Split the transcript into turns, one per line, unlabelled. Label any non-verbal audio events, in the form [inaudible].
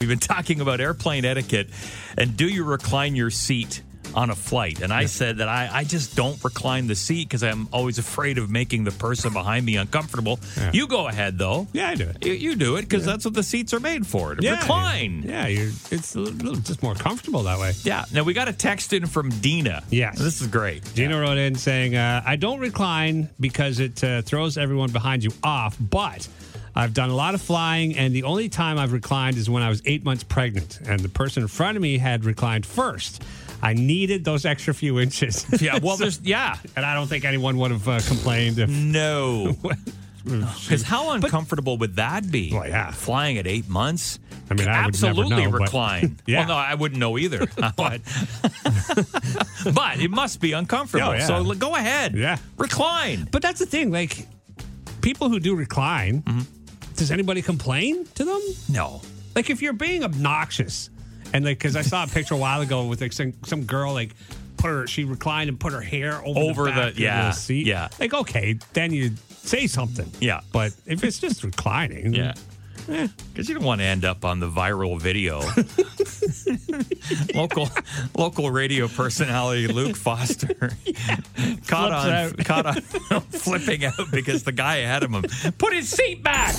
We've been talking about airplane etiquette and do you recline your seat on a flight? And I said that I, I just don't recline the seat because I'm always afraid of making the person behind me uncomfortable. You go ahead, though.
Yeah, I do it.
You, you do it because that's what the seats are made for to recline.
Yeah, you're, it's a little, little- just more comfortable that way.
Yeah. Now we got a text in from Dina.
Yes.
This is great.
Gina wrote in saying, uh, I don't recline because it uh, throws everyone behind you off, but I've done a lot of flying, and the only time I've reclined is when I was eight months pregnant, and the person in front of me had reclined first. I needed those extra few inches. [laughs]
Yeah. Well, there's, yeah.
and I don't think anyone would have uh,
[laughs]
complained if.
No. Because how uncomfortable would that be?
Oh, Well, yeah.
Flying at eight months?
I mean, I would never
absolutely
know, but-
recline.
[laughs] Yeah.
Well, no, I wouldn't know either.
[laughs]
but, but it must be uncomfortable.
Oh, yeah.
So l- go ahead.
Yeah.
Recline.
But that's the thing, like, people who do recline,
Mm-hmm.
does anybody complain to them?
No.
Like if you're being obnoxious, and like because I saw a picture a while ago with like some, some girl like put her she reclined and put her hair over,
Over
the,
the-
back of
yeah,
seat.
yeah.
Like okay, then you say something.
Yeah.
but if it's just reclining,
Yeah. Because you don't want to end up on the viral video. local local radio personality Luke Foster caught on [laughs]
Flips
caught on flipping out because the guy ahead of him put his seat back.